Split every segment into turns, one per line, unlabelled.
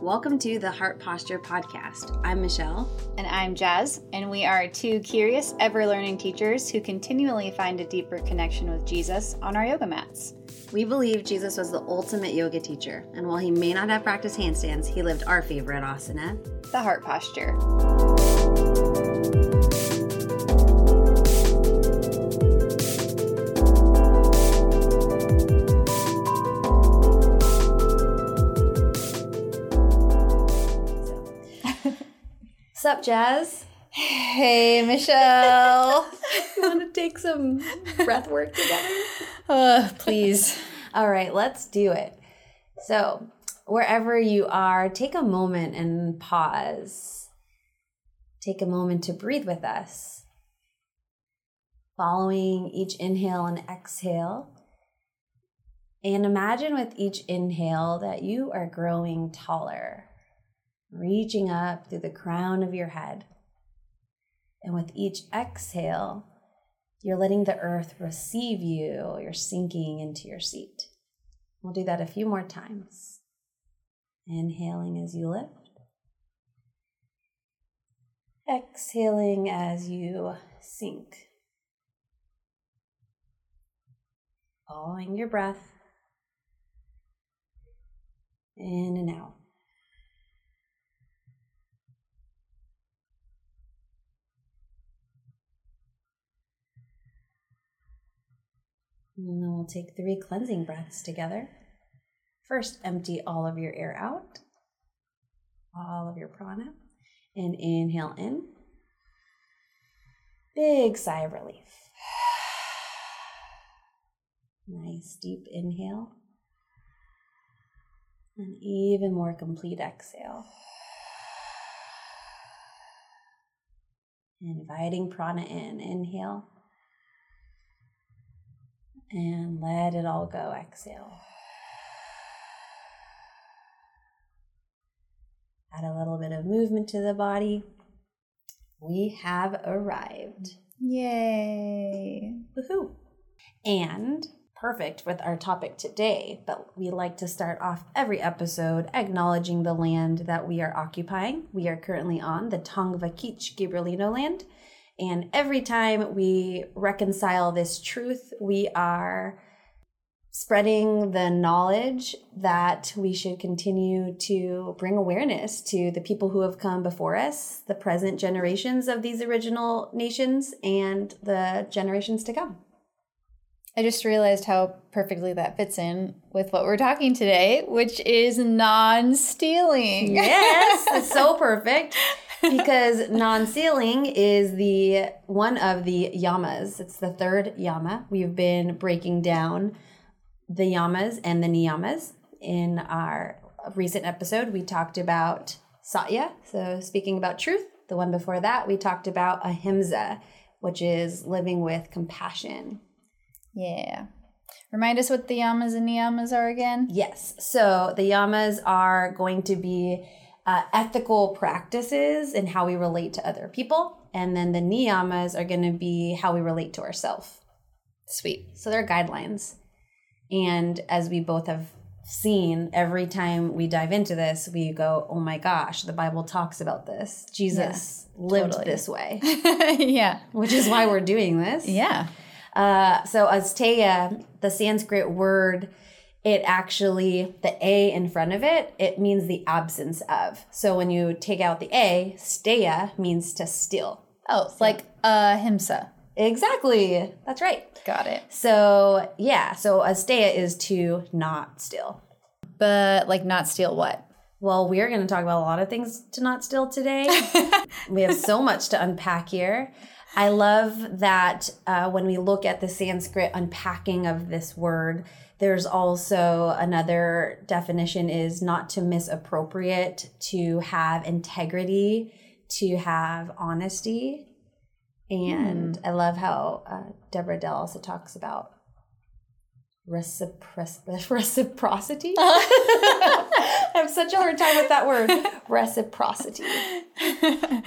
Welcome to the Heart Posture Podcast. I'm Michelle.
And I'm Jazz, and we are two curious, ever learning teachers who continually find a deeper connection with Jesus on our yoga mats.
We believe Jesus was the ultimate yoga teacher, and while he may not have practiced handstands, he lived our favorite asana.
The heart posture.
Sup, Jazz?
Hey, Michelle.
You want to take some breath work together?
oh, please.
All right, let's do it. So, wherever you are, take a moment and pause. Take a moment to breathe with us. Following each inhale and exhale. And imagine with each inhale that you are growing taller, reaching up through the crown of your head. And with each exhale, you're letting the earth receive you. You're sinking into your seat. We'll do that a few more times. Inhaling as you lift, exhaling as you sink. Following your breath in and out. And then we'll take three cleansing breaths together. First, empty all of your air out, all of your prana, and inhale in. Big sigh of relief. Nice deep inhale. And even more complete exhale. Inviting prana in. Inhale and let it all go. Exhale. Add a little bit of movement to the body. We have arrived.
Yay.
Woohoo! And perfect with our topic today, but we like to start off every episode acknowledging the land that we are occupying. We are currently on the Tongva-Kich Gibberlino land. And every time we reconcile this truth, we are spreading the knowledge that we should continue to bring awareness to the people who have come before us, the present generations of these original nations, and the generations to come.
I just realized how perfectly that fits in with what we're talking today, which is non stealing.
Yes, it's so perfect because non-sealing is the one of the yamas. It's the third yama. We've been breaking down the yamas and the niyamas in our recent episode. We talked about satya, so speaking about truth. The one before that, we talked about ahimsa, which is living with compassion.
Yeah. Remind us what the yamas and niyamas are again.
Yes. So the yamas are going to be uh, ethical practices and how we relate to other people. And then the niyamas are going to be how we relate to ourselves.
Sweet.
So they're guidelines. And as we both have seen, every time we dive into this, we go, oh my gosh, the Bible talks about this. Jesus
Yeah,
lived
totally.
this way,
yeah.
which is why we're doing this.
Yeah.
Uh, so asteya, the Sanskrit word, it actually the a in front of it, it means the absence of. So when you take out the a, steya means to steal.
Oh, it's like ahimsa.
Exactly. That's right.
Got it.
So yeah, so asteya is to not steal.
But like not steal what?
Well, we are going to talk about a lot of things to not steal today. we have so much to unpack here. I love that uh, when we look at the Sanskrit unpacking of this word, there's also another definition is not to misappropriate, to have integrity, to have honesty. And I love how uh, Deborah Dell also talks about recipro- reciprocity. I have such a hard time with that word, reciprocity.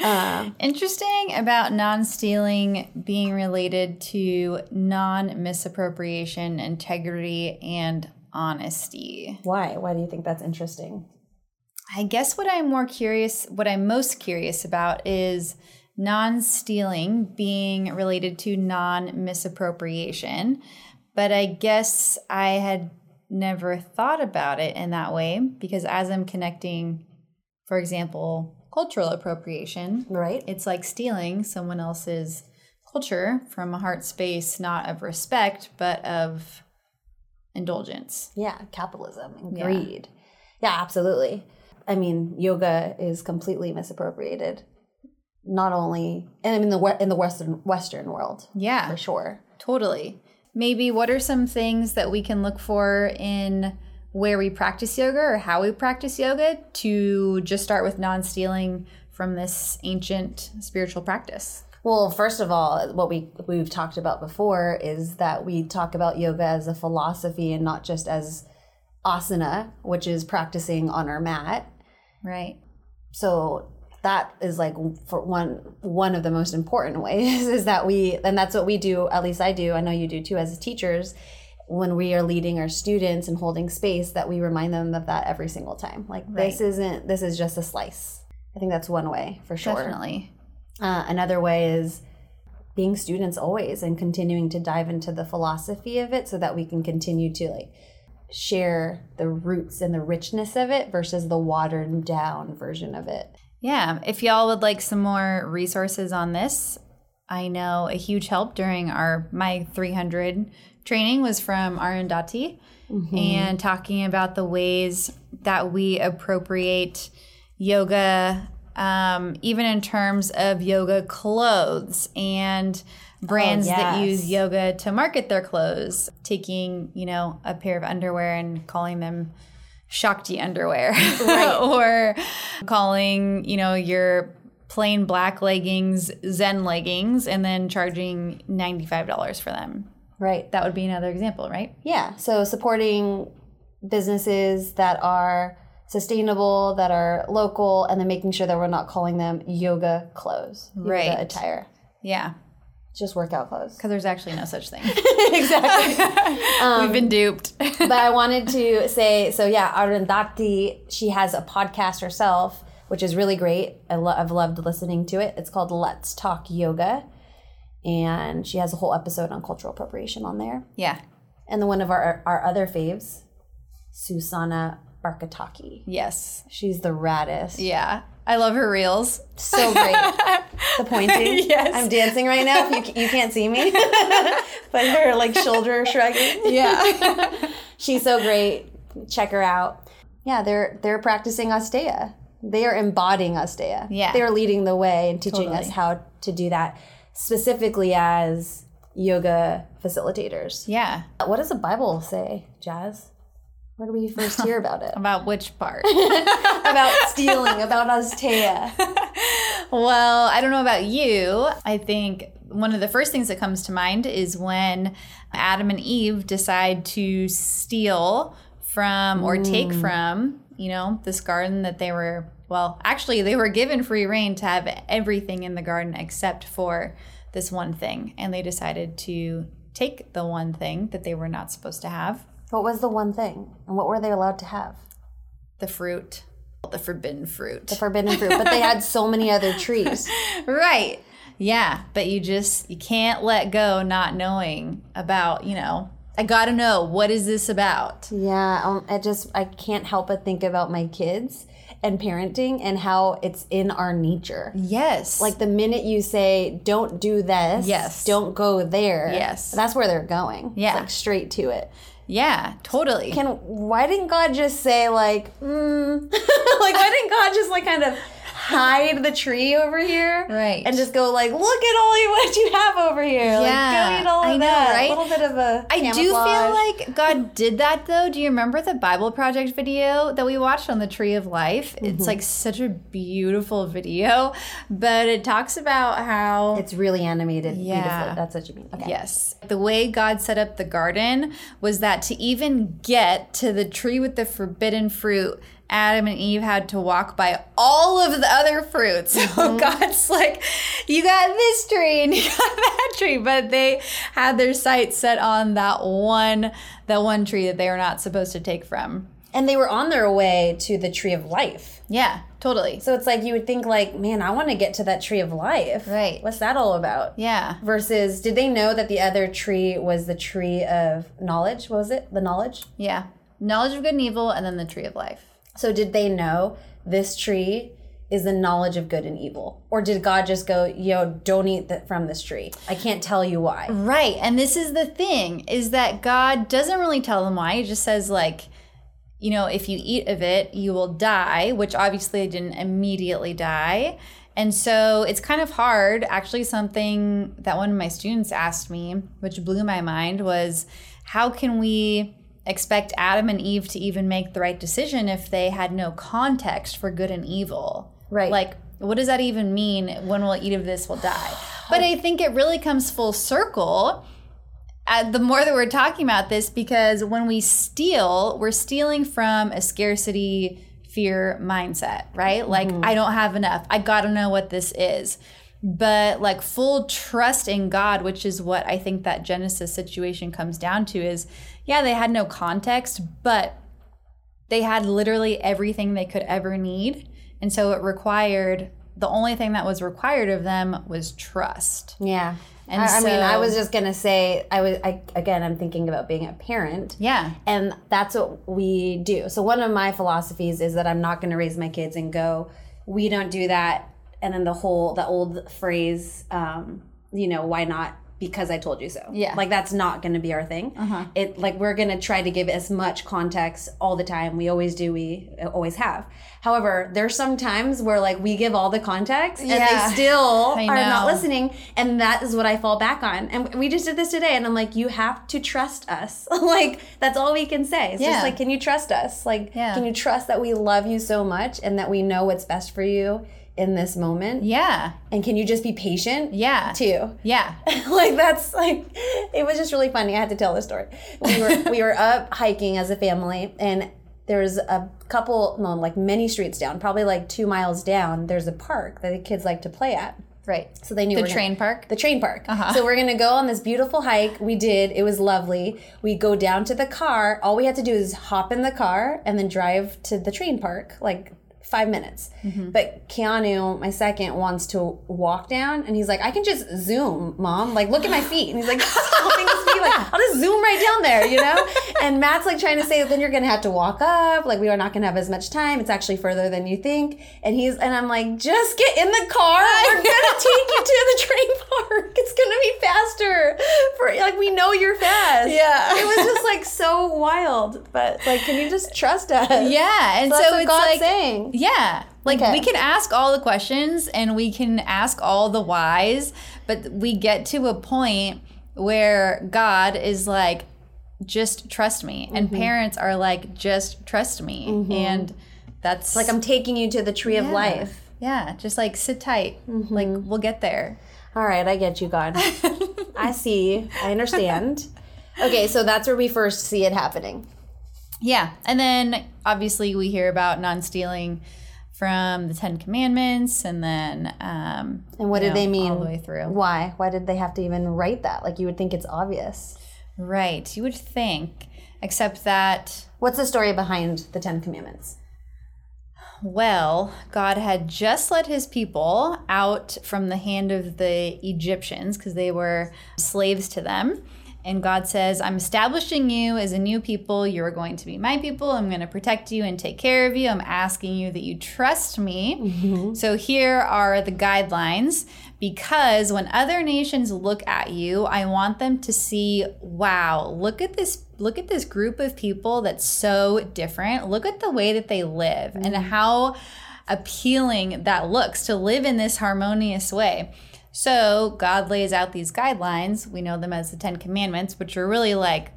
Um,
Interesting about non stealing being related to non misappropriation, integrity, and honesty.
why? Why do you think that's interesting?
I guess what I'm more curious, what I'm most curious about is non stealing being related to non misappropriation. But I guess I had never thought about it in that way because as I'm connecting, for example, cultural appropriation,
Right?
it's like stealing someone else's culture from a heart space not of respect, but of indulgence.
Yeah, capitalism and
Yeah.
greed. Yeah, absolutely. I mean, yoga is completely misappropriated. Not only, and I mean the we- in the Western Western world
Yeah.
for sure.
Totally. Maybe what are some things that we can look for in where we practice yoga or how we practice yoga to just start with non stealing from this ancient spiritual practice?
Well, first of all, what we we've talked about before is that we talk about yoga as a philosophy and not just as asana, which is practicing on our mat.
Right.
so that is like for one one of the most important ways is that we and that's what we do at least i do i know you do too as teachers when we are leading our students and holding space that we remind them of that every single time like this isn't this is just a slice i think that's one way for sure
Definitely.
uh, another way is being students always and continuing to dive into the philosophy of it so that we can continue to like share the roots and the richness of it versus the watered down version of it
Yeah. If y'all would like some more resources on this, I know a huge help during our my 300 training was from Arundhati and talking about the ways that we appropriate yoga, um, even in terms of yoga clothes and brands that
yes.
use yoga to market their clothes, taking you know a pair of underwear and calling them Shakti underwear or calling, you know, your plain black leggings Zen leggings and then charging $95 for them.
right
That would be another example, right?
yeah so supporting businesses that are sustainable that are local and then making sure that we're not calling them yoga clothes yoga
Right.
attire
Yeah,
just workout clothes
because there's actually no such thing.
exactly
We've been duped.
but I wanted to say so yeah, Arundhati, she has a podcast herself, which is really great. I lo- I've loved listening to it. It's called Let's Talk Yoga. And she has a whole episode on cultural appropriation on there.
yeah.
And then one of our, our other faves, Susana Barkataki.
Yes.
She's the raddest.
Yeah. I love her reels.
So great. the pointing.
Yes.
I'm dancing right now. You, c- you can't see me. but her like shoulder shrugging.
Yeah.
She's so great. Check her out. Yeah, they're they're practicing Asteya. They are embodying Asteya.
Yeah.
They're leading the way and teaching us
Totally.
how to do that specifically as yoga facilitators.
yeah.
What does the Bible say, Jazz? Where do we first hear about it?
About which part?
about stealing, about Asteya.
Well, I don't know about you. I think one of the first things that comes to mind is when Adam and Eve decide to steal from or take from, you know, this garden that they were, well, actually, they were given free reign to have everything in the garden except for this one thing. And they decided to take the one thing that they were not supposed to have
What was the one thing? And what were they allowed to have?
the fruit, the forbidden fruit.
Forbidden fruit. But they had so many other trees.
Right. Yeah, but you just you can't let go not knowing about, you know, I got to know what is this about?
Yeah, um, I just I can't help but think about my kids and parenting and how it's in our nature.
Yes. Like
Like the minute you say don't do this,
Yes.
don't go there.
Yes.
that's where they're going. It's,
Yeah.
like straight to it.
yeah, totally.
Can why didn't God just say like, mm. like why didn't God just like kind of hide the tree over here,
Right.
And just go like, look at all you, what you have over here.
Yeah,
like, go eat all of
I know,
that.
right?
A little bit of a.
I do feel like God did that though. Do you remember the Bible Project video that we watched on the Tree of Life? It's like such a beautiful video, but it talks about how
it's really animated. Yeah,
Yeah.
That's what you mean. Okay.
Yes. The way God set up the garden was that to even get to the tree with the forbidden fruit, Adam and Eve had to walk by all of the other fruits. So God's like, you got this tree and you got that tree, but they had their sights set on that one, that one tree that they were not supposed to take from.
And they were on their way to the tree of life.
Yeah, totally.
So it's like you would think like, man, I want to get to that tree of life.
Right.
What's that all about?
Yeah.
Versus did they know that the other tree was the tree of knowledge? What was it? The knowledge?
Yeah. Knowledge of good and evil and then the tree of life.
So did they know this tree is the knowledge of good and evil? Or did God just go, yo, don't eat th- from this tree? I can't tell you why.
Right. And this is the thing is that God doesn't really tell them why. He just says like, you know, if you eat of it, you will die, which obviously they didn't immediately die. And so it's kind of hard. Actually, something that one of my students asked me, which blew my mind, was how can we expect Adam and Eve to even make the right decision if they had no context for good and evil?
Right.
Like like, what does that even mean when we'll eat of this we'll die but i think it really comes full circle uh, the more that we're talking about this because when we steal we're stealing from a scarcity fear mindset right like i don't have enough i gotta know what this is but like full trust in god which is what i think that genesis situation comes down to is yeah they had no context but they had literally everything they could ever need. And so it required the only thing that was required of them was trust.
Yeah.
And
I, I mean,
so-
I was just gonna say, I was I, again. I'm thinking about being a parent.
Yeah.
and that's what we do. So one of my philosophies is that I'm not going to raise my kids and go, we don't do that. And then the whole the old phrase, um, you know, why not? Because I told you so.
Yeah. Uh-huh.
like that's not going to be our thing. It like we're going to try to give as much context all the time. We always do. We uh, always have. However, there's some times where like we give all the context and
Yeah.
they still
I
are not
know.
listening listening, and that is what i fall back on and we just did this today and i'm like you have to trust us like that's all we can say it's
Yeah.
just like can you trust us like
Yeah.
can you trust that we love you so much and that we know what's best for you in this moment
Yeah.
and can you just be patient
Yeah.
too
Yeah.
like that's like it was just really funny. I had to tell this story. We were we were up hiking as a family and there's a couple no like many streets down, probably like two miles down, there's a park that the kids like to play at.
Right.
So they knew
The
we're gonna-
train park? Uh-huh.
The train park. So we're gonna go on this beautiful hike. We did. It was lovely. We go down to the car. All we had to do is hop in the car and then drive to the train park, like five minutes.
Mm-hmm.
But Keanu, my second, wants to walk down, and he's like, "I can just zoom, mom. Like, look at my feet." And he's like, stomping his feet, like, "I'll just zoom right down there," you know. And Matt's like trying to say, "Then you're gonna have to walk up. Like, we are not gonna have as much time. It's actually further than you think." And he's and I'm like, "Just get in the car. We're gonna take you to the train park. It's gonna be faster. For like, we know you're fast."
Yeah.
It was just like so wild, but like, can you just trust us?
Yeah. And so,
That's what
it's
God's
like,
saying.
yeah. Like
Okay.
we can ask all the questions and we can ask all the whys, but we get to a point where God is like, just trust me. And
Mm-hmm.
parents are like, just trust me. And that's
Like, I'm taking you to the tree of
Yeah.
life.
Yeah, just like sit tight. Like we'll get there.
All right, I get you, God. I see. I understand. Okay, so that's where we first see it happening.
Yeah. And then obviously we hear about non stealing from the Ten Commandments and then um
And what
you
did
know,
they mean?
all the way through.
Why? Why did they have to even write that? Like you would think it's obvious.
Right. You would think. Except that
What's the story behind the Ten Commandments?
Well, God had just led his people out from the hand of the Egyptians because they were slaves to them. And God says, I'm establishing you as a new people. You are going to be my people. I'm going to protect you and take care of you. I'm asking you that you trust me. So here are the guidelines because when other nations look at you, I want them to see, wow, look at this look at this group of people that's so different. Look at the way that they live and how appealing that looks to live in this harmonious way. So, God lays out these guidelines. We know them as the 10 commandments, which are really like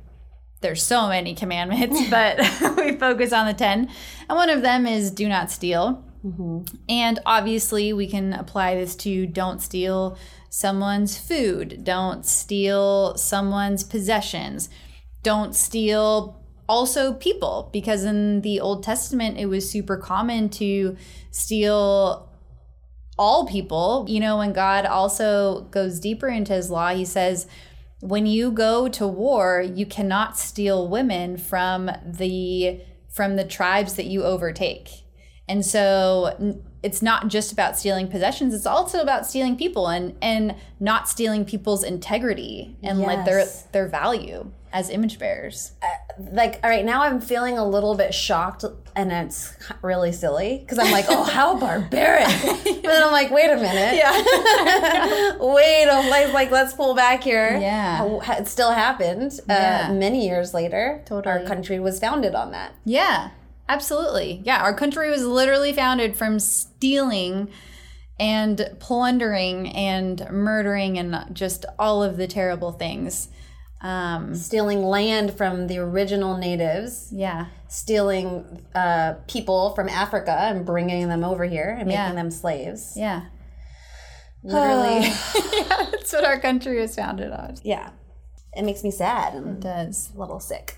there's so many commandments, but we focus on the 10. And one of them is do not steal. And obviously, we can apply this to don't steal someone's food, don't steal someone's possessions, don't steal also people, because in the Old Testament, it was super common to steal all people. You know, when God also goes deeper into his law, he says, when you go to war, you cannot steal women from the from the tribes that you overtake. And so n- it's not just about stealing possessions, it's also about stealing people and and not stealing people's integrity and like their
Yes.
their value as image bearers.
like all right now i'm feeling a little bit shocked and it's really silly because i'm like oh how barbaric but then i'm like wait a minute wait a like, like let's pull back here
Yeah.
How- how- it still happened
Yeah.
uh, many years later our
Totally.
country was founded on that
Yeah, absolutely. Yeah, our country was literally founded from stealing and plundering and murdering and just all of the terrible things. Um,
stealing land from the original natives
yeah,
stealing uh, people from africa and bringing them over here and
Yeah.
making them slaves
yeah. Literally. yeah, that's what our country was founded on.
yeah it makes me sad and
It does.
a little sick.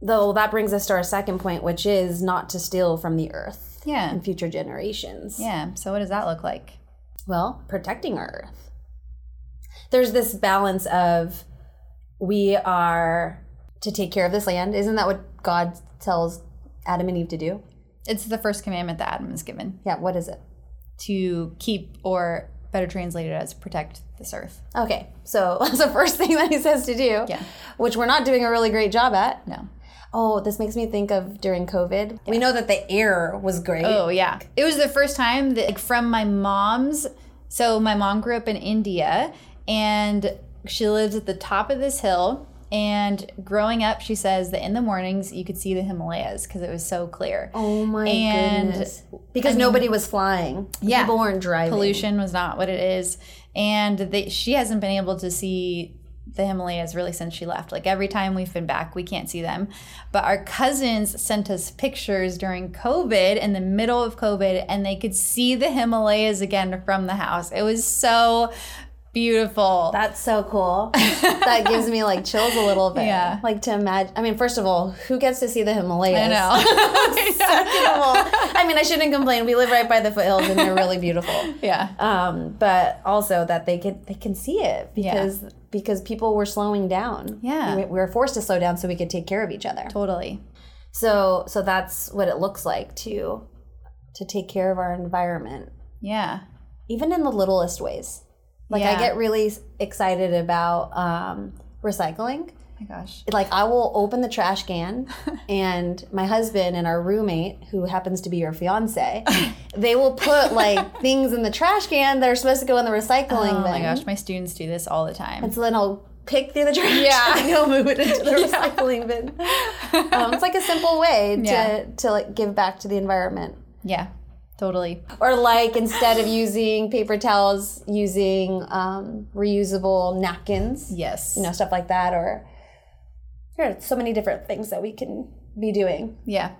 Though that brings us to our second point, which is not to steal from the earth
Yeah.
and future generations.
Yeah. So, what does that look like?
Well, protecting our earth. There's this balance of we are to take care of this land. Isn't that what God tells Adam and Eve to do?
It's the first commandment that Adam was given
Yeah, what is it?
to keep, or better translated as protect this earth.
Okay, so that's the first thing that he says to do,
Yeah.
which we're not doing a really great job at.
No.
Oh, this makes me think of during COVID. We know that the air was great.
Oh yeah, it was the first time that like from my mom's. So my mom grew up in India, and she lives at the top of this hill. And growing up, she says that in the mornings you could see the Himalayas because it was so clear.
Oh my
And-
goodness! Because nobody was flying.
Yeah.
people weren't driving.
Pollution was not what it is, and they, she hasn't been able to see the Himalayas really since she left. Like every time we've been back, we can't see them. But our cousins sent us pictures during COVID in the middle of COVID, and they could see the Himalayas again from the house. It was so beautiful.
That's so cool. that gives me like chills a little bit.
Yeah.
Like to imagine. I mean, first of all, who gets to see the Himalayas?
I know.
Second of all, I mean, I shouldn't complain. We live right by the foothills, and they're really beautiful.
yeah.
Um, but also that they can they can see it because because people were slowing down.
Yeah.
we, we were forced to slow down so we could take care of each other.
Totally.
So so that's what it looks like to to take care of our environment.
Yeah.
even in the littlest ways. Like I
Yeah.
get really s- excited about um, recycling.
Oh my gosh.
Like I will open the trash can, and my husband and our roommate, who happens to be your fiance, they will put like things in the trash can that are supposed to go in the recycling
Oh
bin.
my gosh. My students do this all the time.
And so then I'll pick through the trash
Yeah.
and I'll move it into the recycling bin. Um, it's like a simple way to
Yeah.
to like give back to the environment.
Yeah. Totally.
Or like instead of using paper towels, using um, reusable napkins,
Yes.
you know, stuff like that. Or there are so many different things that we can be doing.
Yeah.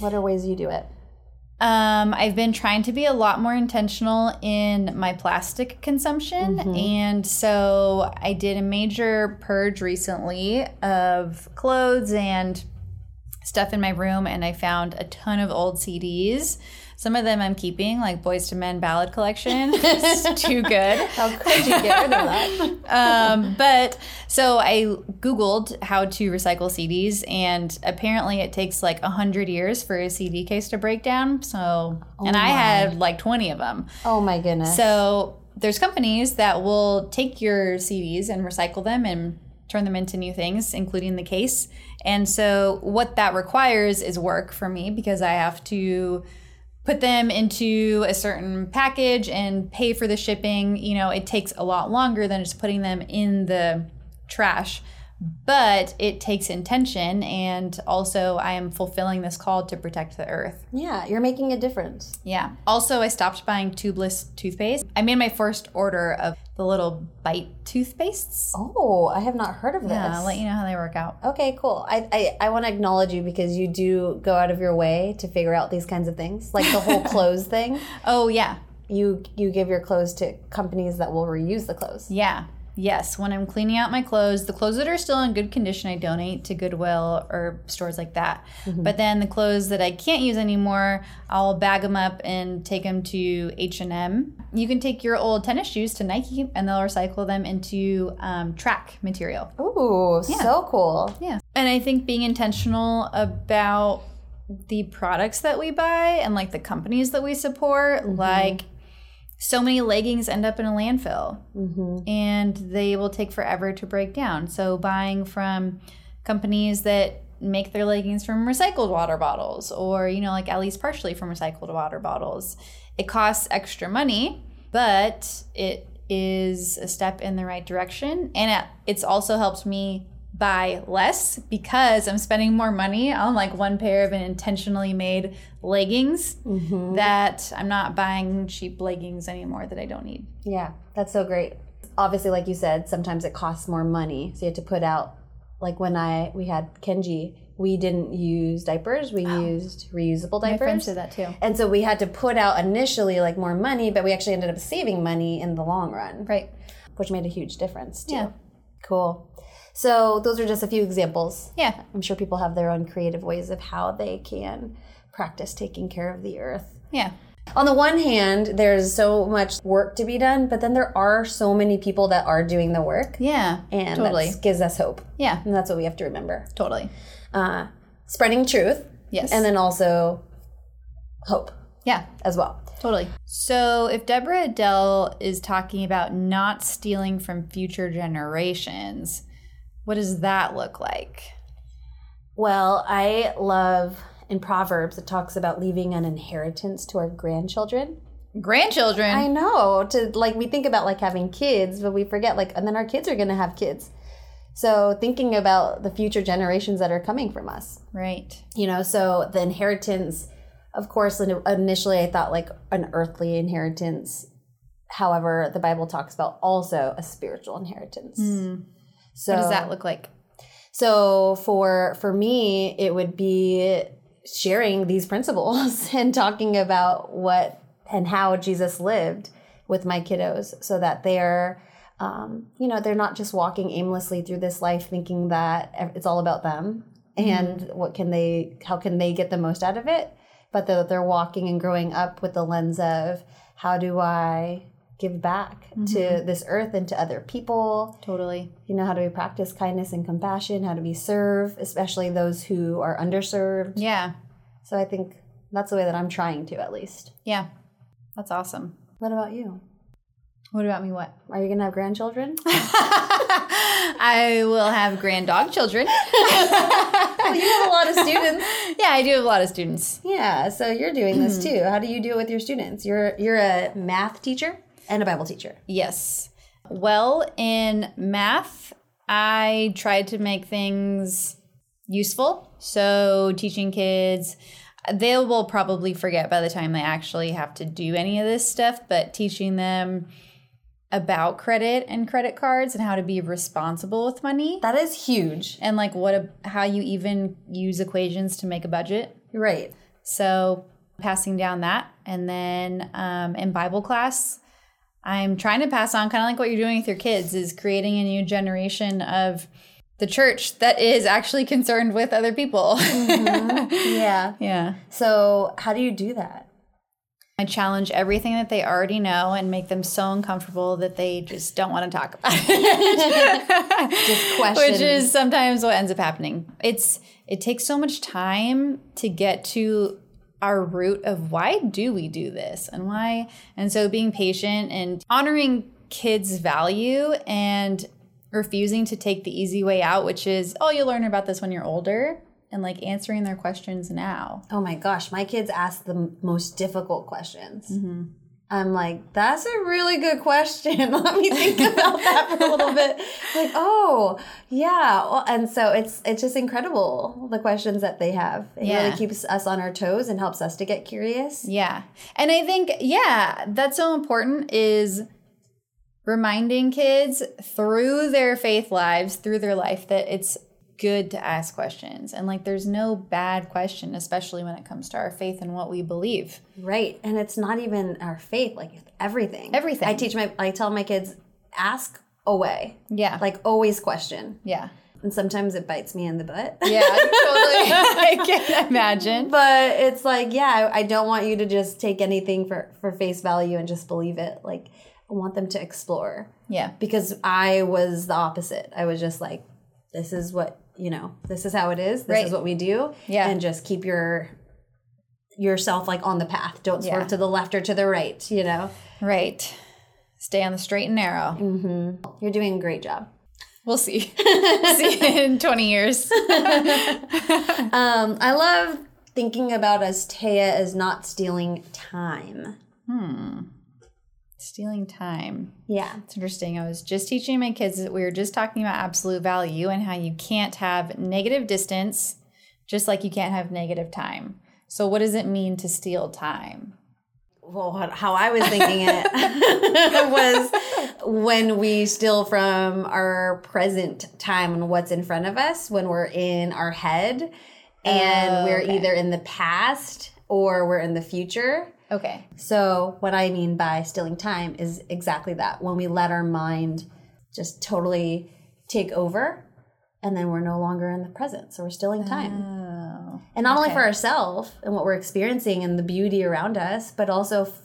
What are ways you do it?
Um, I've been trying to be a lot more intentional in my plastic consumption. And so I did a major purge recently of clothes and stuff in my room. And I found a ton of old CDs. Some of them I'm keeping, like Boys to Men Ballad Collection. it's too good
How could you get rid of that?
um, but so I Googled how to recycle CDs, and apparently it takes like 100 years for a CD case to break down. So, and I had like 20 of them.
Oh my goodness.
So, there's companies that will take your CDs and recycle them and turn them into new things, including the case. And so, what that requires is work for me because I have to put them into a certain package and pay for the shipping. You know, it takes a lot longer than just putting them in the trash, but it takes intention. And also, I am fulfilling this call to protect the earth.
yeah, you're making a difference.
Yeah. Also, I stopped buying tubeless toothpaste. I made my first order of the little bite toothpastes.
Oh, I have not heard of this.
Yeah, I'll let you know how they work out.
Okay, cool. I, I, I want to acknowledge you because you do go out of your way to figure out these kinds of things, like the whole clothes thing.
Oh, yeah.
You you give your clothes to companies that will reuse the clothes.
Yeah. Yes. When I'm cleaning out my clothes, the clothes that are still in good condition, I donate to Goodwill or stores like that. But then the clothes that I can't use anymore, I'll bag them up and take them to H&M. You can take your old tennis shoes to Nike and they'll recycle them into um, track material.
Ooh, so cool.
Yeah. And I think being intentional about the products that we buy and like the companies that we support, like so many leggings end up in a landfill
Mm-hmm.
and they will take forever to break down. So buying from companies that make their leggings from recycled water bottles or you know like at least partially from recycled water bottles. It costs extra money, but it is a step in the right direction and it, it's also helped me buy less because I'm spending more money on like one pair of an intentionally made leggings Mm-hmm. that I'm not buying cheap leggings anymore that I don't need.
Yeah, that's so great. Obviously, like you said, sometimes it costs more money, so you have to put out. Like when I we had Kenji, we didn't use diapers; we used reusable
Oh. My
diapers.
friends did that too.
And so we had to put out initially like more money, but we actually ended up saving money in the long run,
Right.
which made a huge difference too.
Yeah.
Cool. So those are just a few examples.
Yeah.
I'm sure people have their own creative ways of how they can practice taking care of the earth.
Yeah.
On the one hand, there's so much work to be done, but then there are so many people that are doing the work.
Yeah.
And
totally.
that gives us hope.
Yeah.
And that's what we have to remember.
Totally.
Uh, spreading truth
Yes.
and then also hope
yeah.
as well.
Totally. So if Deborah Adele is talking about not stealing from future generations, what does that look like?
Well, I love in Proverbs, it talks about leaving an inheritance to our grandchildren.
Grandchildren.
I know. To like we think about like having kids, but we forget like and then our kids are gonna have kids. So thinking about the future generations that are coming from us.
right.
You know, so the inheritance, of course, in- initially I thought like an earthly inheritance. However, the Bible talks about also a spiritual inheritance. So
Hmm. What does that look like?
so for for me, it would be sharing these principles and talking about what and how Jesus lived with my kiddos, so that they're, um, you know, they're not just walking aimlessly through this life thinking that ev- it's all about them and what can they, how can they get the most out of it, but that they're walking and growing up with the lens of how do I give back to this earth and to other people
Totally.
you know how do we practice kindness and compassion how do we serve especially those who are underserved
Yeah.
so i think that's the way that i'm trying to at least
Yeah. That's awesome.
what about you
What about me? What?
are you gonna have grandchildren
I will have grand dog children.
oh, you have a lot of students
yeah, I do have a lot of students.
yeah so you're doing this too how do you do it with your students you're you're a math teacher and a bible teacher
Yes. Well, in math, I tried to make things useful. So, teaching kids, they will probably forget by the time they actually have to do any of this stuff, but teaching them about credit and credit cards and how to be responsible with money
that is huge
and like what a, how you even use equations to make a budget.
right
So passing down that, and then um, in Bible class, I'm trying to pass on kind of like what you're doing with your kids is creating a new generation of the church that is actually concerned with other people.
yeah
yeah.
so how do you do that
I challenge everything that they already know and make them so uncomfortable that they just don't want to talk about it.
just question
Which is sometimes what ends up happening. It's it takes so much time to get to our root of why do we do this and why and so being patient and honoring kids' value and refusing to take the easy way out, which is, oh, you'll learn about this when you're older, and like answering their questions now.
Oh my gosh, my kids ask the m- most difficult questions. I'm like, that's a really good question. Let me think about that for a little bit. Like, oh yeah, well, and so it's it's just incredible the questions that they have. It
Yeah.
really keeps us on our toes and helps us to get curious.
Yeah. And I think, yeah, that's so important is reminding kids through their faith lives, through their life, that it's good to ask questions. And like, there's no bad question, especially when it comes to our faith and what we believe.
Right, and it's not even our faith, like it's everything.
Everything.
I teach my, I tell my kids, ask away,
Yeah.
like always question.
yeah.
And sometimes it bites me in the butt.
Yeah. Totally. I can imagine.
but it's like yeah I, I don't want you to just take anything for for face value and just believe it like i want them to explore
Yeah.
because i was the opposite i was just like this is what you know, this is how it is. This
Right.
is what we do.
Yeah.
And just keep your yourself like on the path. Don't swerve
Yeah.
to the left or to the right, you know.
Right. Stay on the straight and narrow.
You're doing a great job.
We'll see. see you in 20 years.
Um, I love thinking about as Taya as not stealing time.
Stealing time.
Yeah.
It's interesting. I was just teaching my kids that we were just talking about absolute value and how you can't have negative distance, just like you can't have negative time. So, what does it mean to steal time?
Well, what- how I was thinking it was when we steal from our present time and what's in front of us when we're in our head and
Oh,
we're
okay.
either in the past or we're in the future.
Okay.
So, what I mean by stealing time is exactly that when we let our mind just totally take over, and then we're no longer in the present. So, we're stealing time. and not only for ourselves and what we're experiencing and the beauty around us, but also f-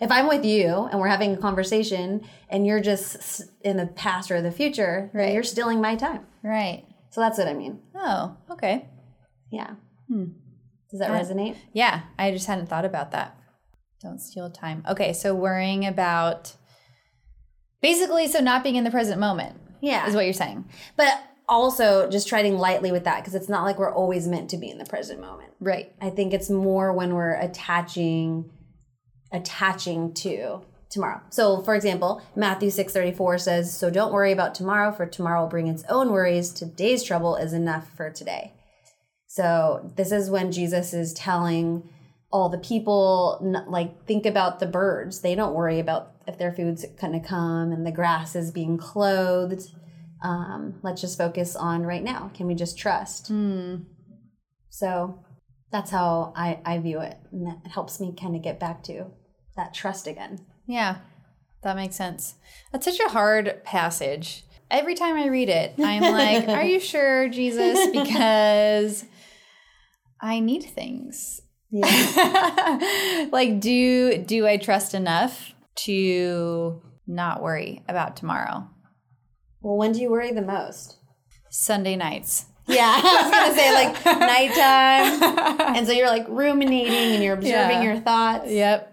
if I'm with you and we're having a conversation and you're just s- in the past or the future, then
Right.
you're stealing my time.
Right.
So, that's what I mean.
Oh, okay.
Yeah. Does Hmm. that resonate?
Yeah, I just hadn't thought about that. Don't steal time. Okay, so worrying about basically, so not being in the present moment
Yeah.
is what you're saying.
But also just treading lightly with that because it's not like we're always meant to be in the present moment.
Right.
I think it's more when we're attaching attaching to tomorrow. So for example, Matthew 6:34 says, "So don't worry about tomorrow, for tomorrow will bring its own worries. Today's trouble is enough for today." So this is when Jesus is telling all the people n- like think about the birds. They don't worry about if their food's going to come and the grass is being clothed. Um, let's just focus on right now. Can we just trust? So that's how I, I view it. And that helps me kind of get back to that trust again.
Yeah, that makes sense. That's such a hard passage. Every time I read it, I'm like, are you sure, Jesus? Because I need things.
Yeah.
like do do I trust enough to not worry about tomorrow?
well, when do you worry the most?
Sunday nights.
Yeah, I was gonna say like nighttime, and so you're like ruminating and you're observing
Yeah.
your thoughts.
Yep.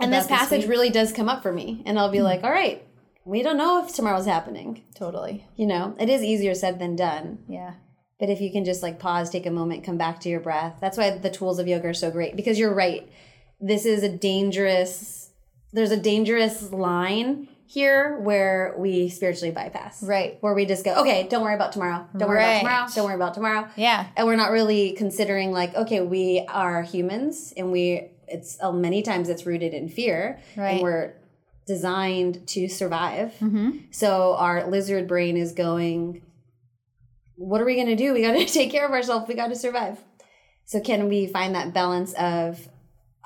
And this
About this
passage
week.
really does come up for me, and I'll be like, all right, we don't know if tomorrow's happening.
Totally.
You know, it is easier said than done.
Yeah.
But if you can just like pause, take a moment, come back to your breath. That's why the tools of yoga are so great because you're right. This is a dangerous there's a dangerous line here where we spiritually bypass.
Right.
Where we just go, okay, don't worry about tomorrow. Don't worry about
Right.
tomorrow. Don't worry about tomorrow.
Yeah.
And we're not really considering like, okay, we are humans and we it's uh, many times it's rooted in fear
Right. Mm-hmm.
and we're designed to survive. So our lizard brain is going what are we going to do? We got to take care of ourselves. We got to survive. So can we find that balance of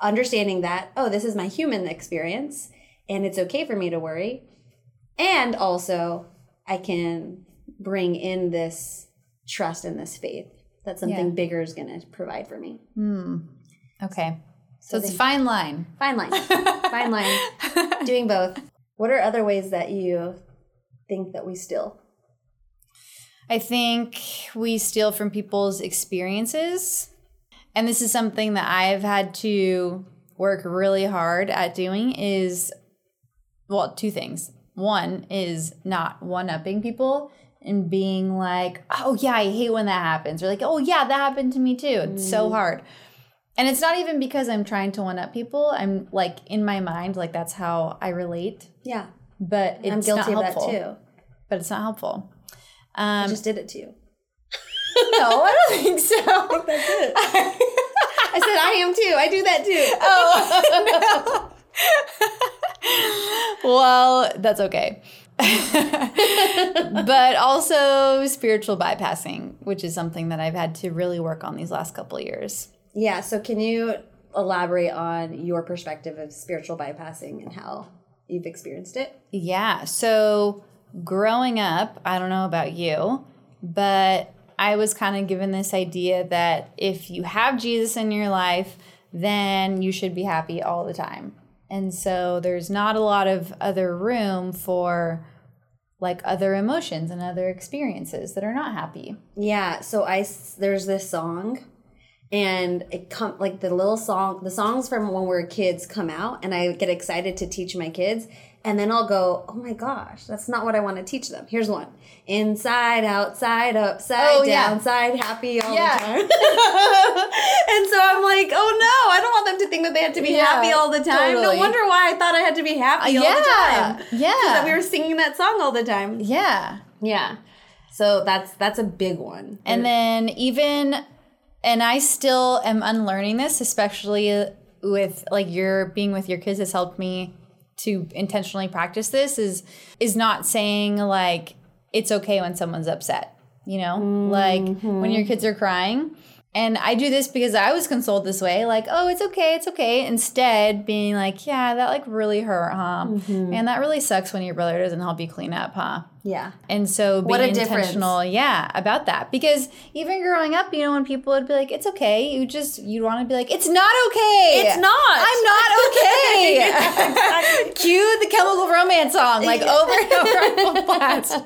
understanding that oh, this is my human experience and it's okay for me to worry. And also I can bring in this trust and this faith that something
Yeah.
bigger is going to provide for me.
Hmm. Okay. So, it's a fine line.
Fine line. Fine line. Doing both. What are other ways that you think that we still?
I think we steal from people's experiences. And this is something that I've had to work really hard at doing is well, two things. One is not one upping people and being like, oh, yeah, I hate when that happens. Or like, oh, yeah, that happened to me too. It's so hard. And it's not even because I'm trying to one up people. I'm like in my mind, like that's how I relate.
Yeah.
But it's
I'm guilty of
not
that
helpful.
too.
But it's not helpful.
I just did it to you.
No, I don't think so.
I said I am too. I do that too.
well, that's okay. but also spiritual bypassing, which is something that I've had to really work on these last couple of years.
Yeah. So, can you elaborate on your perspective of spiritual bypassing and how you've experienced it?
Yeah. So growing up, I don't know about you, but I was kind of given this idea that if you have Jesus in your life, then you should be happy all the time. And so there's not a lot of other room for like other emotions and other experiences that are not happy.
Yeah, so I s- there's this song, and it come like the little song, the songs from when we were kids come out, and I get excited to teach my kids, and then I'll go, oh my gosh, that's not what I want to teach them. Here's one: inside, outside, upside,
Oh, yeah.
downside, happy all
Yeah.
the time. and so I'm like, oh no, I don't want them to think that they have to be
Yeah,
happy all the time. No
totally.
wonder why I thought I had to be happy all the
yeah.
time. 'Cause
Yeah.
That we were singing that song all the time.
yeah.
Yeah. So that's that's a big one.
And then even and I still am unlearning this, especially with like your being with your kids has helped me to intentionally practice this is is not saying like it's okay when someone's upset, you know? Like when your kids are crying. And I do this because I was consoled this way, like, oh, it's okay, it's okay. Instead, being like, yeah, that like really hurt, huh? And that really sucks when your brother doesn't help you clean up, huh?
yeah.
And so being
What a difference.
intentional, yeah, about that. Because even growing up, you know, when people would be like, "It's okay," you just you want to be like, "It's not okay."
It's not.
I'm not okay. Cue the Chemical Romance song, like over and over on full blast.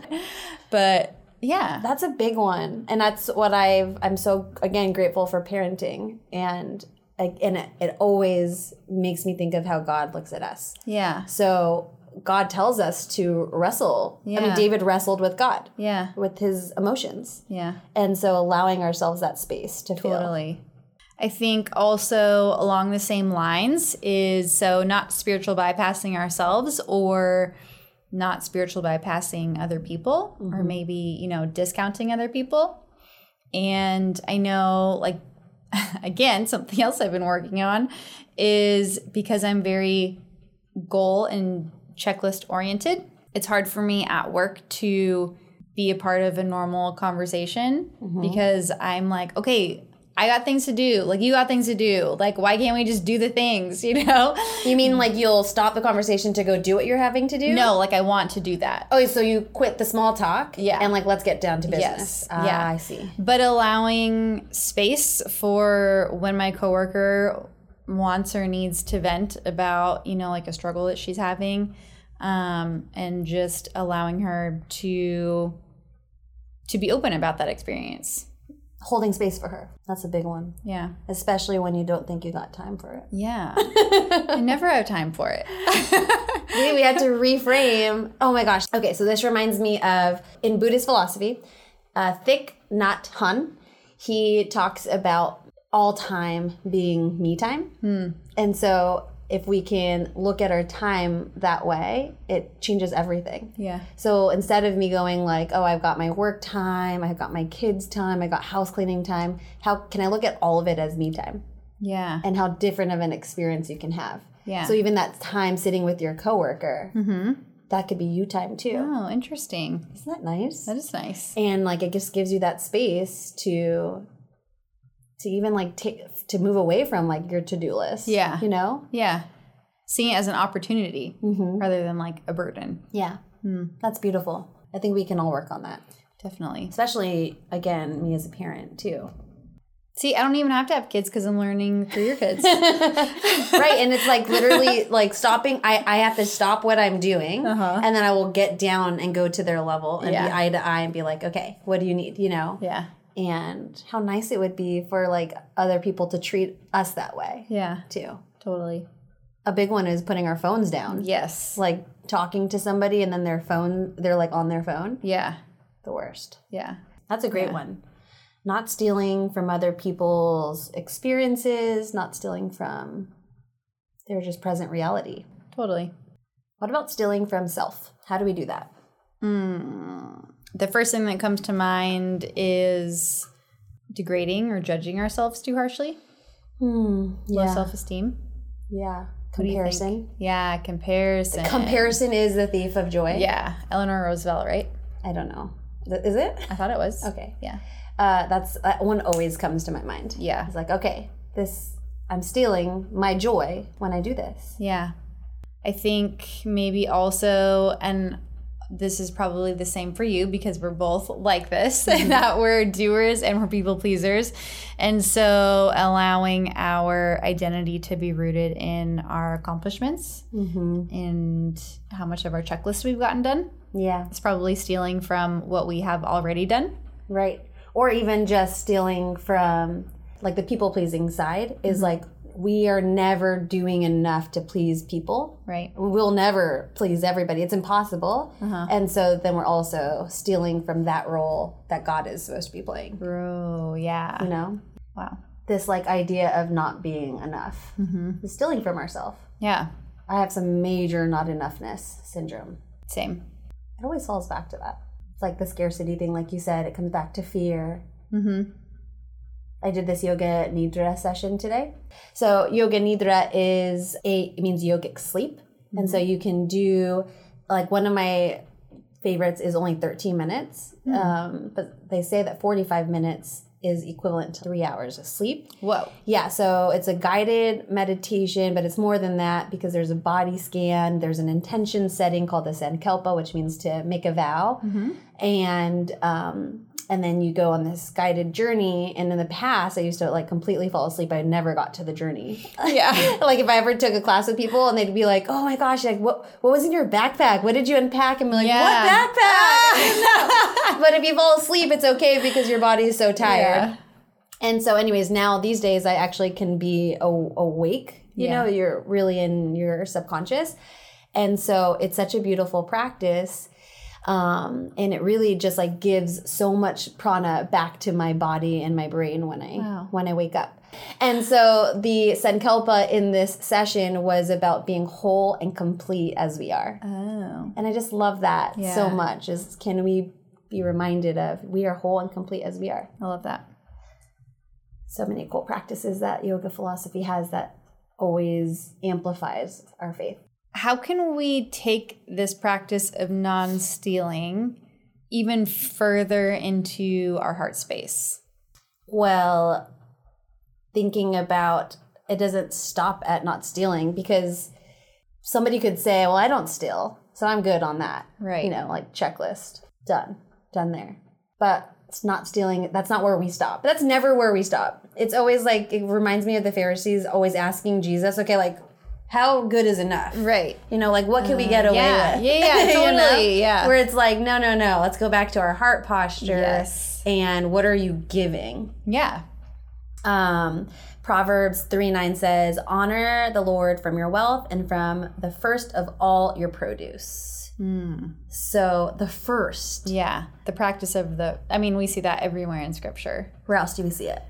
But yeah,
That's a big one, and that's what I've. I'm so again grateful for parenting, and like, and it, it always makes me think of how God looks at us.
yeah,
So God tells us to wrestle. I mean,
Yeah.
David wrestled with God,
yeah,
with his emotions,
yeah.
and so allowing ourselves that space to feel.
Totally. I think also along the same lines is so not spiritual bypassing ourselves or not spiritual bypassing other people or maybe, you know, discounting other people. And I know like again, something else I've been working on is because I'm very goal and checklist oriented. It's hard for me at work to be a part of a normal conversation because I'm like, okay, I got things to do. Like, you got things to do. Like, why can't we just do the things, you know?
You mean like you'll stop the conversation to go do what you're having to do?
No, like, I want to do that.
Oh, so you quit the small talk,
Yeah.
and like let's get down to business.
Yes.
Ah,
Yeah.
I see.
But allowing space for when my coworker wants or needs to vent about, you know, like a struggle that she's having, um, and just allowing her to to be open about that experience.
Holding space for her. That's a big one,
Yeah.
especially when you don't think you got time for it.
Yeah. I never have time for it.
we had to reframe. Oh my gosh. Okay, so this reminds me of in Buddhist philosophy, uh, Thich Nhat Hanh. He talks about all time being me time, and so if we can look at our time that way, it changes everything.
Yeah.
So instead of me going like, oh, I've got my work time, I've got my kids time, I got house cleaning time. How can I look at all of it as me time?
Yeah.
and how different of an experience you can have.
Yeah. Mm-hmm.
So even that time sitting with your coworker, that could be you time too.
Oh, interesting.
Isn't that nice?
That is nice.
and like it just gives you that space to to even like take to move away from like your to do list.
Yeah.
You know.
Yeah. Seeing it as an opportunity rather than like a burden.
Yeah.
Hmm.
That's beautiful. I think we can all work on that,
Definitely.
especially again me as a parent too.
See, I don't even have to have kids because I'm learning through your kids.
right and it's like literally like stopping i, I have to stop what i'm doing and then i will get down and go to their level and be
Uh-huh. Yeah.
eye to eye and be like okay what do you need you know
yeah.
and how nice it would be for like other people to treat us that way
Yeah.
too
Totally.
a big one is putting our phones down
Yes.
like talking to somebody and then their phone they're like on their phone
Yeah.
the worst
Yeah.
that's a great one not stealing from other people's experiences not stealing from their just present reality
Totally.
What about stealing from self? How do we do that?
The first thing that comes to mind is degrading or judging ourselves too harshly. Low
Yeah.
self esteem.
Hmm, Yeah. Comparison.
Yeah. Comparison.
Comparison is the thief of joy.
yeah. Eleanor Roosevelt, right?
I don't know. Th- Is it?
I thought it was.
Okay.
Yeah.
Uh, that's that one always comes to my mind.
Yeah.
It's like, okay, this I'm stealing my joy when I do this.
Yeah. I think maybe also, and this is probably the same for you because we're both like this that we're doers and we're people pleasers. And so allowing our identity to be rooted Mm-hmm. in our accomplishments and how much of our checklist we've gotten done.
Yeah.
It's probably stealing from what we have already done.
Right. Or even just stealing from like the people pleasing side is like we are never doing enough to please people.
Right.
We'll never please everybody. It's impossible. And so then we're also stealing from that role that God is supposed to be playing.
Bro, yeah.
You know?
Wow.
This like idea of not being enough. Mm-hmm. Stealing from ourselves.
Yeah.
I have some major not enoughness syndrome.
Same.
It always falls back to that. It's like the scarcity thing, like you said, it comes back to fear.
Mm-hmm.
I did this yoga nidra session today. So yoga nidra is a it means yogic sleep, and so you can do like one of my favorites is only 13 minutes, um, but they say that 45 minutes is equivalent to three hours of sleep.
Whoa.
Yeah, so it's a guided meditation, but it's more than that because there's a body scan, there's an intention setting called the Sankalpa, which means to make a vow,
Mm-hmm.
and um, and then you go on this guided journey. And in the past, I used to like completely fall asleep. I never got to the journey.
Yeah.
like if I ever took a class with people and they'd be like, "Oh my gosh, like what what was in your backpack? What did you unpack?" And be like,
Yeah.
"What backpack?" I didn't know. but if you fall asleep, it's okay because your body is so tired.
Yeah.
And so, anyways, now these days I actually can be a- awake. You
Yeah.
know, you're really in your subconscious. And so it's such a beautiful practice. Um, and it really just like gives so much prana back to my body and my brain when I
Wow.
when I wake up. And so the sankalpa in this session was about being whole and complete as we are.
Oh.
And I just love that so
Yeah.
much. Is can we be reminded of we are whole and complete as we are
I love that.
so many cool practices that yoga philosophy has that always amplifies our faith.
How can we take this practice of non stealing even further into our heart space?
Well, thinking about it doesn't stop at not stealing because somebody could say, "Well, I don't steal, so I'm good on that."
Right.
You know, like checklist done, done there. But it's not stealing. That's not where we stop. That's never where we stop. It's always like it reminds me of the Pharisees always asking Jesus, "Okay, like how good is enough?"
Right. Uh,
You know, like what can we get away
yeah,
with?
yeah, yeah,
You know?
totally, yeah.
Where it's like, no, no, no. Let's go back to our heart posture.
Yes.
And what are you giving?
Yeah.
Um, Proverbs three nine says, "Honor the Lord from your wealth and from the first of all your produce."
Hmm.
So the first.
Yeah. The practice of the, I mean, we see that everywhere in scripture.
Where else do we see it?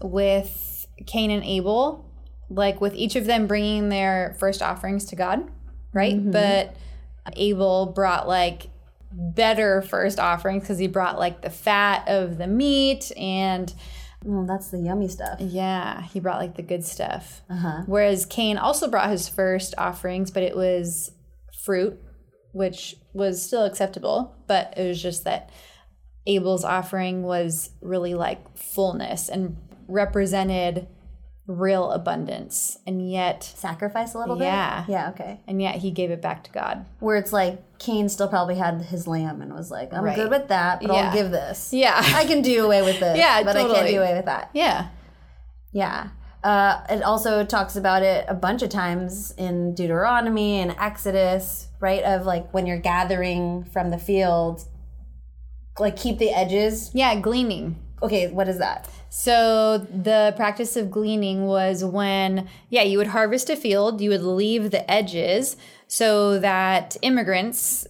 with Cain and Abel, like with each of them bringing their first offerings to God, right? But Abel brought like better first offerings because he brought like the fat of the meat and
Mm, that's the yummy stuff.
yeah, he brought like the good stuff.
Uh-huh.
Whereas Cain also brought his first offerings, but it was fruit, which was still acceptable, but it was just that Abel's offering was really like fullness and represented real abundance. And yet,
Sacrifice a little
Yeah.
bit. Yeah. Okay.
and yet he gave it back to God.
Where it's like Cain still probably had his lamb and was like, "I'm
Right.
good with that, but
Yeah.
I'll give this."
Yeah.
I can do away with this.
Yeah,
but I can't
totally.
do away with that.
yeah.
Yeah. Uh, it also talks about it a bunch of times in Deuteronomy and Exodus, right? Of like when you're gathering from the field, like keep the edges.
Yeah. Gleaning.
Okay, what is that?
So the practice of gleaning was when, yeah, you would harvest a field, you would leave the edges so that immigrants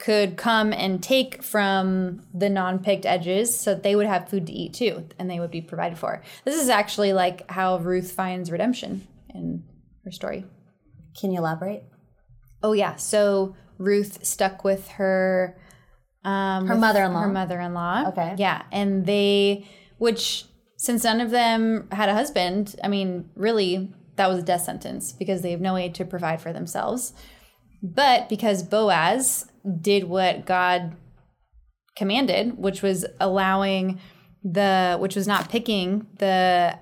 could come and take from the non-picked edges so that they would have food to eat too and they would be provided for. This is actually like how Ruth finds redemption in her story.
Can you elaborate?
Oh yeah, so Ruth stuck with her um
Her
with
mother-in-law.
Her mother-in-law.
Okay.
Yeah, and they which since none of them had a husband, I mean, really that was a death sentence because they have no way to provide for themselves. But because Boaz did what God commanded, which was allowing the which was not picking the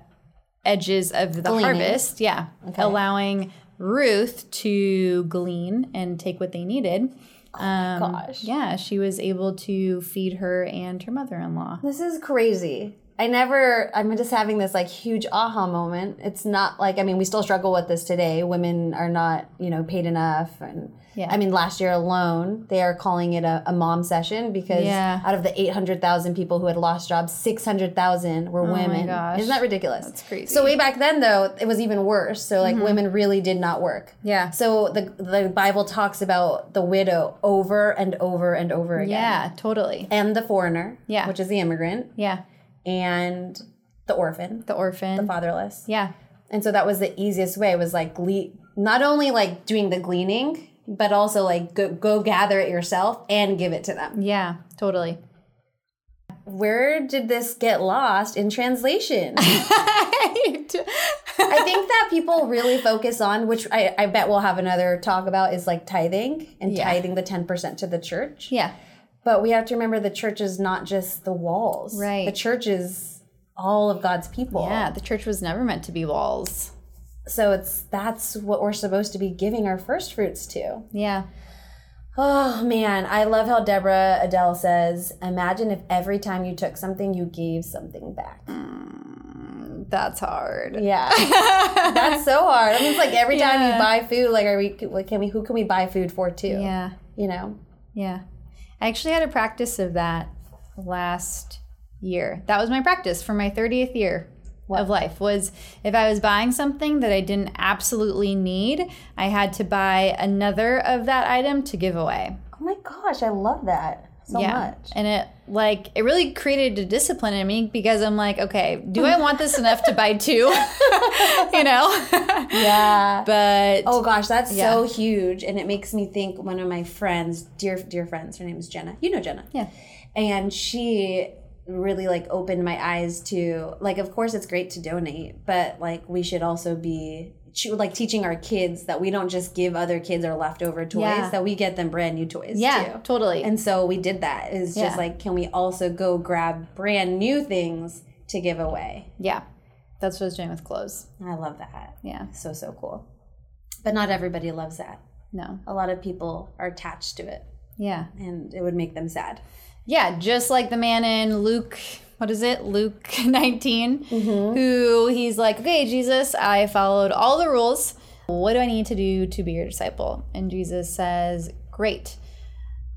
edges of the harvest, yeah, allowing Ruth to glean and take what they needed.
Gosh.
Yeah, she was able to feed her and her mother-in-law.
This is crazy. I never, I'm just having this like huge aha moment. It's not like, I mean, we still struggle with this today. Women are not, you know, paid enough. And
Yeah.
I mean, last year alone, they are calling it a, a mom session because
Yeah.
out of the 800,000 people who had lost jobs, 600,000 were women.
Oh gosh.
Isn't that ridiculous?
That's crazy. Mm-hmm.
So way back then, though, it was even worse. So like women really did not work.
Yeah.
So the, the Bible talks about the widow over and over and over again.
Yeah, totally.
And the foreigner,
Yeah.
which is the immigrant
Yeah.
and the orphan,
The orphan.
the fatherless.
yeah.
And so that was the easiest way was like gle- not only like doing the gleaning, but also like go, go gather it yourself and give it to them.
Yeah, totally.
Where did this get lost in translation? I think that people really focus on, which I, I bet we'll have another talk about, is like tithing and
Yeah.
tithing the 10% to the church.
yeah.
But we have to remember the church is not just the walls.
Right.
The church is all of God's people.
Yeah, the church was never meant to be walls.
So it's that's what we're supposed to be giving our first fruits to.
Yeah.
Oh man, I love how Deborah Adele says, "Imagine if every time you took something, you gave something back."
Mm. That's hard.
Yeah, that's so hard. I mean, it's like every time
Yeah.
you buy food, like, are we? Like, can we? Who can we buy food for too?
Yeah.
You know.
Yeah. I actually had a practice of that last year. That was my practice for my 30th year of life was if I was buying something that I didn't absolutely need, I had to buy another of that item to give away.
Oh my gosh, I love that so much.
And it like it really created a discipline in me because I'm like, okay, do I want this enough to buy two? you know?
Yeah.
but
Oh gosh, that's so
Yeah.
huge, and it makes me think. One of my friends, dear dear friends, her name is Jenna. You know Jenna.
yeah.
and she really like opened my eyes to like of course it's great to donate but like we should also be she, like teaching our kids that we don't just give other kids our leftover toys
Yeah.
that we get them brand new toys
Yeah,
too
totally.
and so we did that it's
Yeah.
just like can we also go grab brand new things to give away
yeah. That's what I was doing with clothes.
i love that
Yeah.
so so cool but not everybody loves that
No.
a lot of people are attached to it
Yeah.
and it would make them sad
Yeah, just like the man in Luke, what is it? Luke 19,
Mm-hmm.
who he's like, okay, Jesus, I followed all the rules. What do I need to do to be your disciple? And Jesus says, great.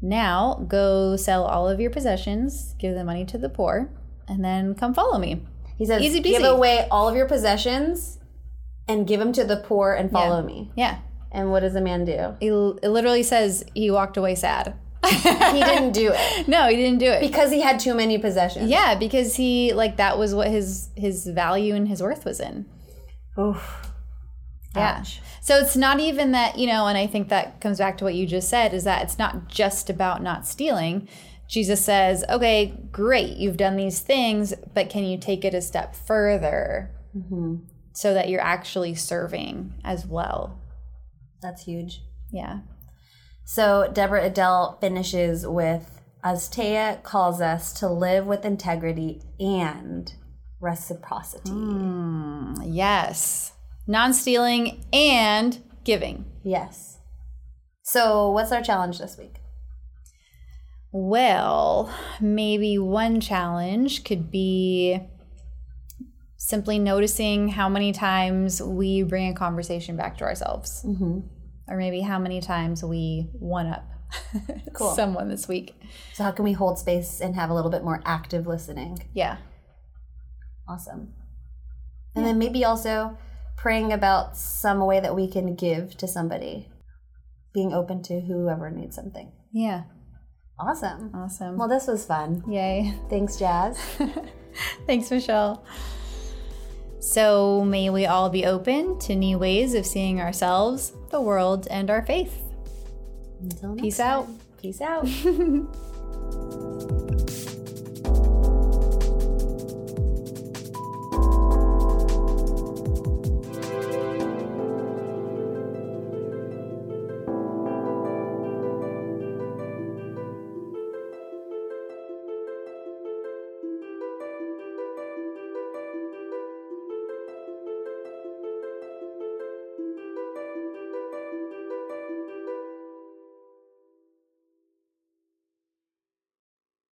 Now go sell all of your possessions, give the money to the poor, and then come follow me.
He says,
Easy
give
peasy.
away all of your possessions and give them to the poor and follow
Yeah.
me.
Yeah.
And what does the man do?
It, it literally says he walked away sad.
He didn't do it
No, he didn't do it.
because he had too many possessions.
yeah, because he like that was what his his value and his worth was in.
Oof.
Yeah.
Ouch.
So it's not even that, you know, and I think that comes back to what you just said is that it's not just about not stealing. Jesus says, okay, great, you've done these things, but can you take it a step further so that you're actually serving as well?
That's huge.
Yeah.
So Deborah Adele finishes with Aztea calls us to live with integrity and reciprocity.
Mm. Yes. Non stealing and giving.
Yes. So what's our challenge this week?
Well, maybe one challenge could be simply noticing how many times we bring a conversation back to ourselves. Or maybe how many times we one up someone this week.
So how can we hold space and have a little bit more active listening?
Yeah.
Awesome. And then maybe also praying about some way that we can give to somebody, being open to whoever needs something.
Yeah.
Awesome.
Awesome.
Well, this was fun.
Yay.
Thanks, Jazz.
Thanks, Michelle. So may we all be open to new ways of seeing ourselves, the world, and our faith.
Until next
Peace out.
Peace out.